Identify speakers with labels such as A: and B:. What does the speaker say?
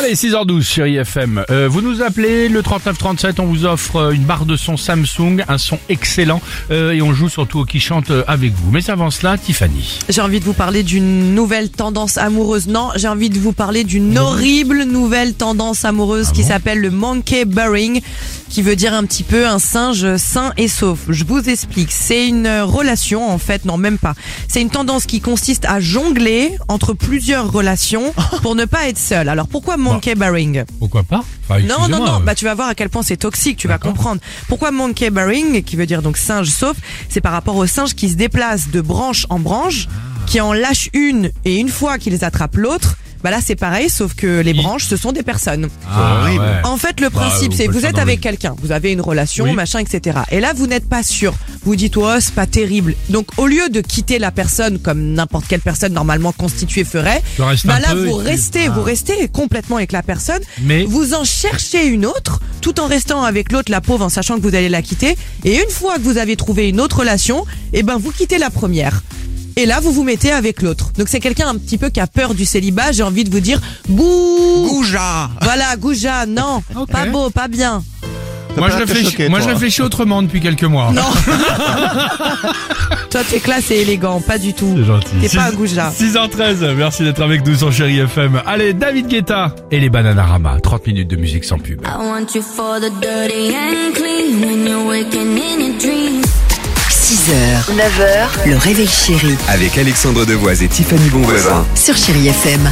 A: Allez, 6h12 sur IFM. Euh, vous nous appelez le 3937, on vous offre euh, une barre de son Samsung, un son excellent euh, et on joue surtout au qui chante euh, avec vous. Mais avant cela, Tiffany.
B: J'ai envie de vous parler d'une nouvelle tendance amoureuse. Non, j'ai envie de vous parler d'une horrible nouvelle tendance amoureuse
A: Ah
B: qui s'appelle le monkey bearing, qui veut dire un petit peu un singe sain et sauf. Je vous explique. C'est une relation, en fait, non, même pas. C'est une tendance qui consiste à jongler entre plusieurs relations pour ne pas être seul. Alors pourquoi monkey bearing
A: Pourquoi pas Enfin,
B: non, non,
A: Bah, excusez-moi,
B: non.
A: euh,
B: Bah, tu vas voir à quel point c'est toxique. Tu vas
A: D'accord.
B: comprendre. Pourquoi monkey bearing, qui veut dire donc singe sauf, c'est par rapport aux singes qui se déplacent de branche en branche, qui en lâchent une et une fois qu'ils attrapent l'autre, bah là c'est pareil, sauf que les
A: Il-
B: branches ce sont des personnes.
A: ah,
C: horrible.
A: ouais.
B: En fait, le
A: Bah,
B: principe,
A: on
B: c'est
A: peut
B: que
A: le
B: vous
A: faire
B: êtes
A: dans
B: avec
A: le-
B: quelqu'un, vous avez une relation,
A: Oui.
B: machin, etc. Et là, vous n'êtes pas sûr. Vous dites, oh, c'est pas terrible. Donc, au lieu de quitter la personne comme n'importe quelle personne normalement constituée ferait,
A: Tu restes
B: bah
A: un
B: là,
A: peu
B: vous
A: et puis-
B: restez, vous restez complètement avec la personne.
A: Mais-
B: vous en cherchez une autre, tout en restant avec l'autre, la pauvre, en sachant que vous allez la quitter. Et une fois que vous avez trouvé une autre relation, eh ben, vous quittez la première. Et là, vous vous mettez avec l'autre. Donc, c'est quelqu'un un petit peu qui a peur du célibat. J'ai envie de vous dire, bouh!
D: Gouja
B: Voilà, Gouja, non,
A: Ok.
B: pas beau, pas
A: Moi,
B: bien.
D: pas
A: je
D: l'air
A: réfléchis,
D: choqué,
A: moi je
D: toi.
A: réfléchis autrement depuis quelques mois.
B: Non. Toi, t'es classe et élégant, pas du tout.
A: C'est gentil.
B: T'es
A: Six-
B: pas un Gouja.
A: 6h13, merci d'être avec nous sur Chéri FM. Allez, David Guetta et les Bananarama. 30 minutes de musique sans pub.
E: I want you for the dirty and clean when you're waking in your dreams.
F: 6h, 9h, le réveil chéri
C: Avec Alexandre Devoise et Tiffany Bonvoisin.
F: sur Chéri FM.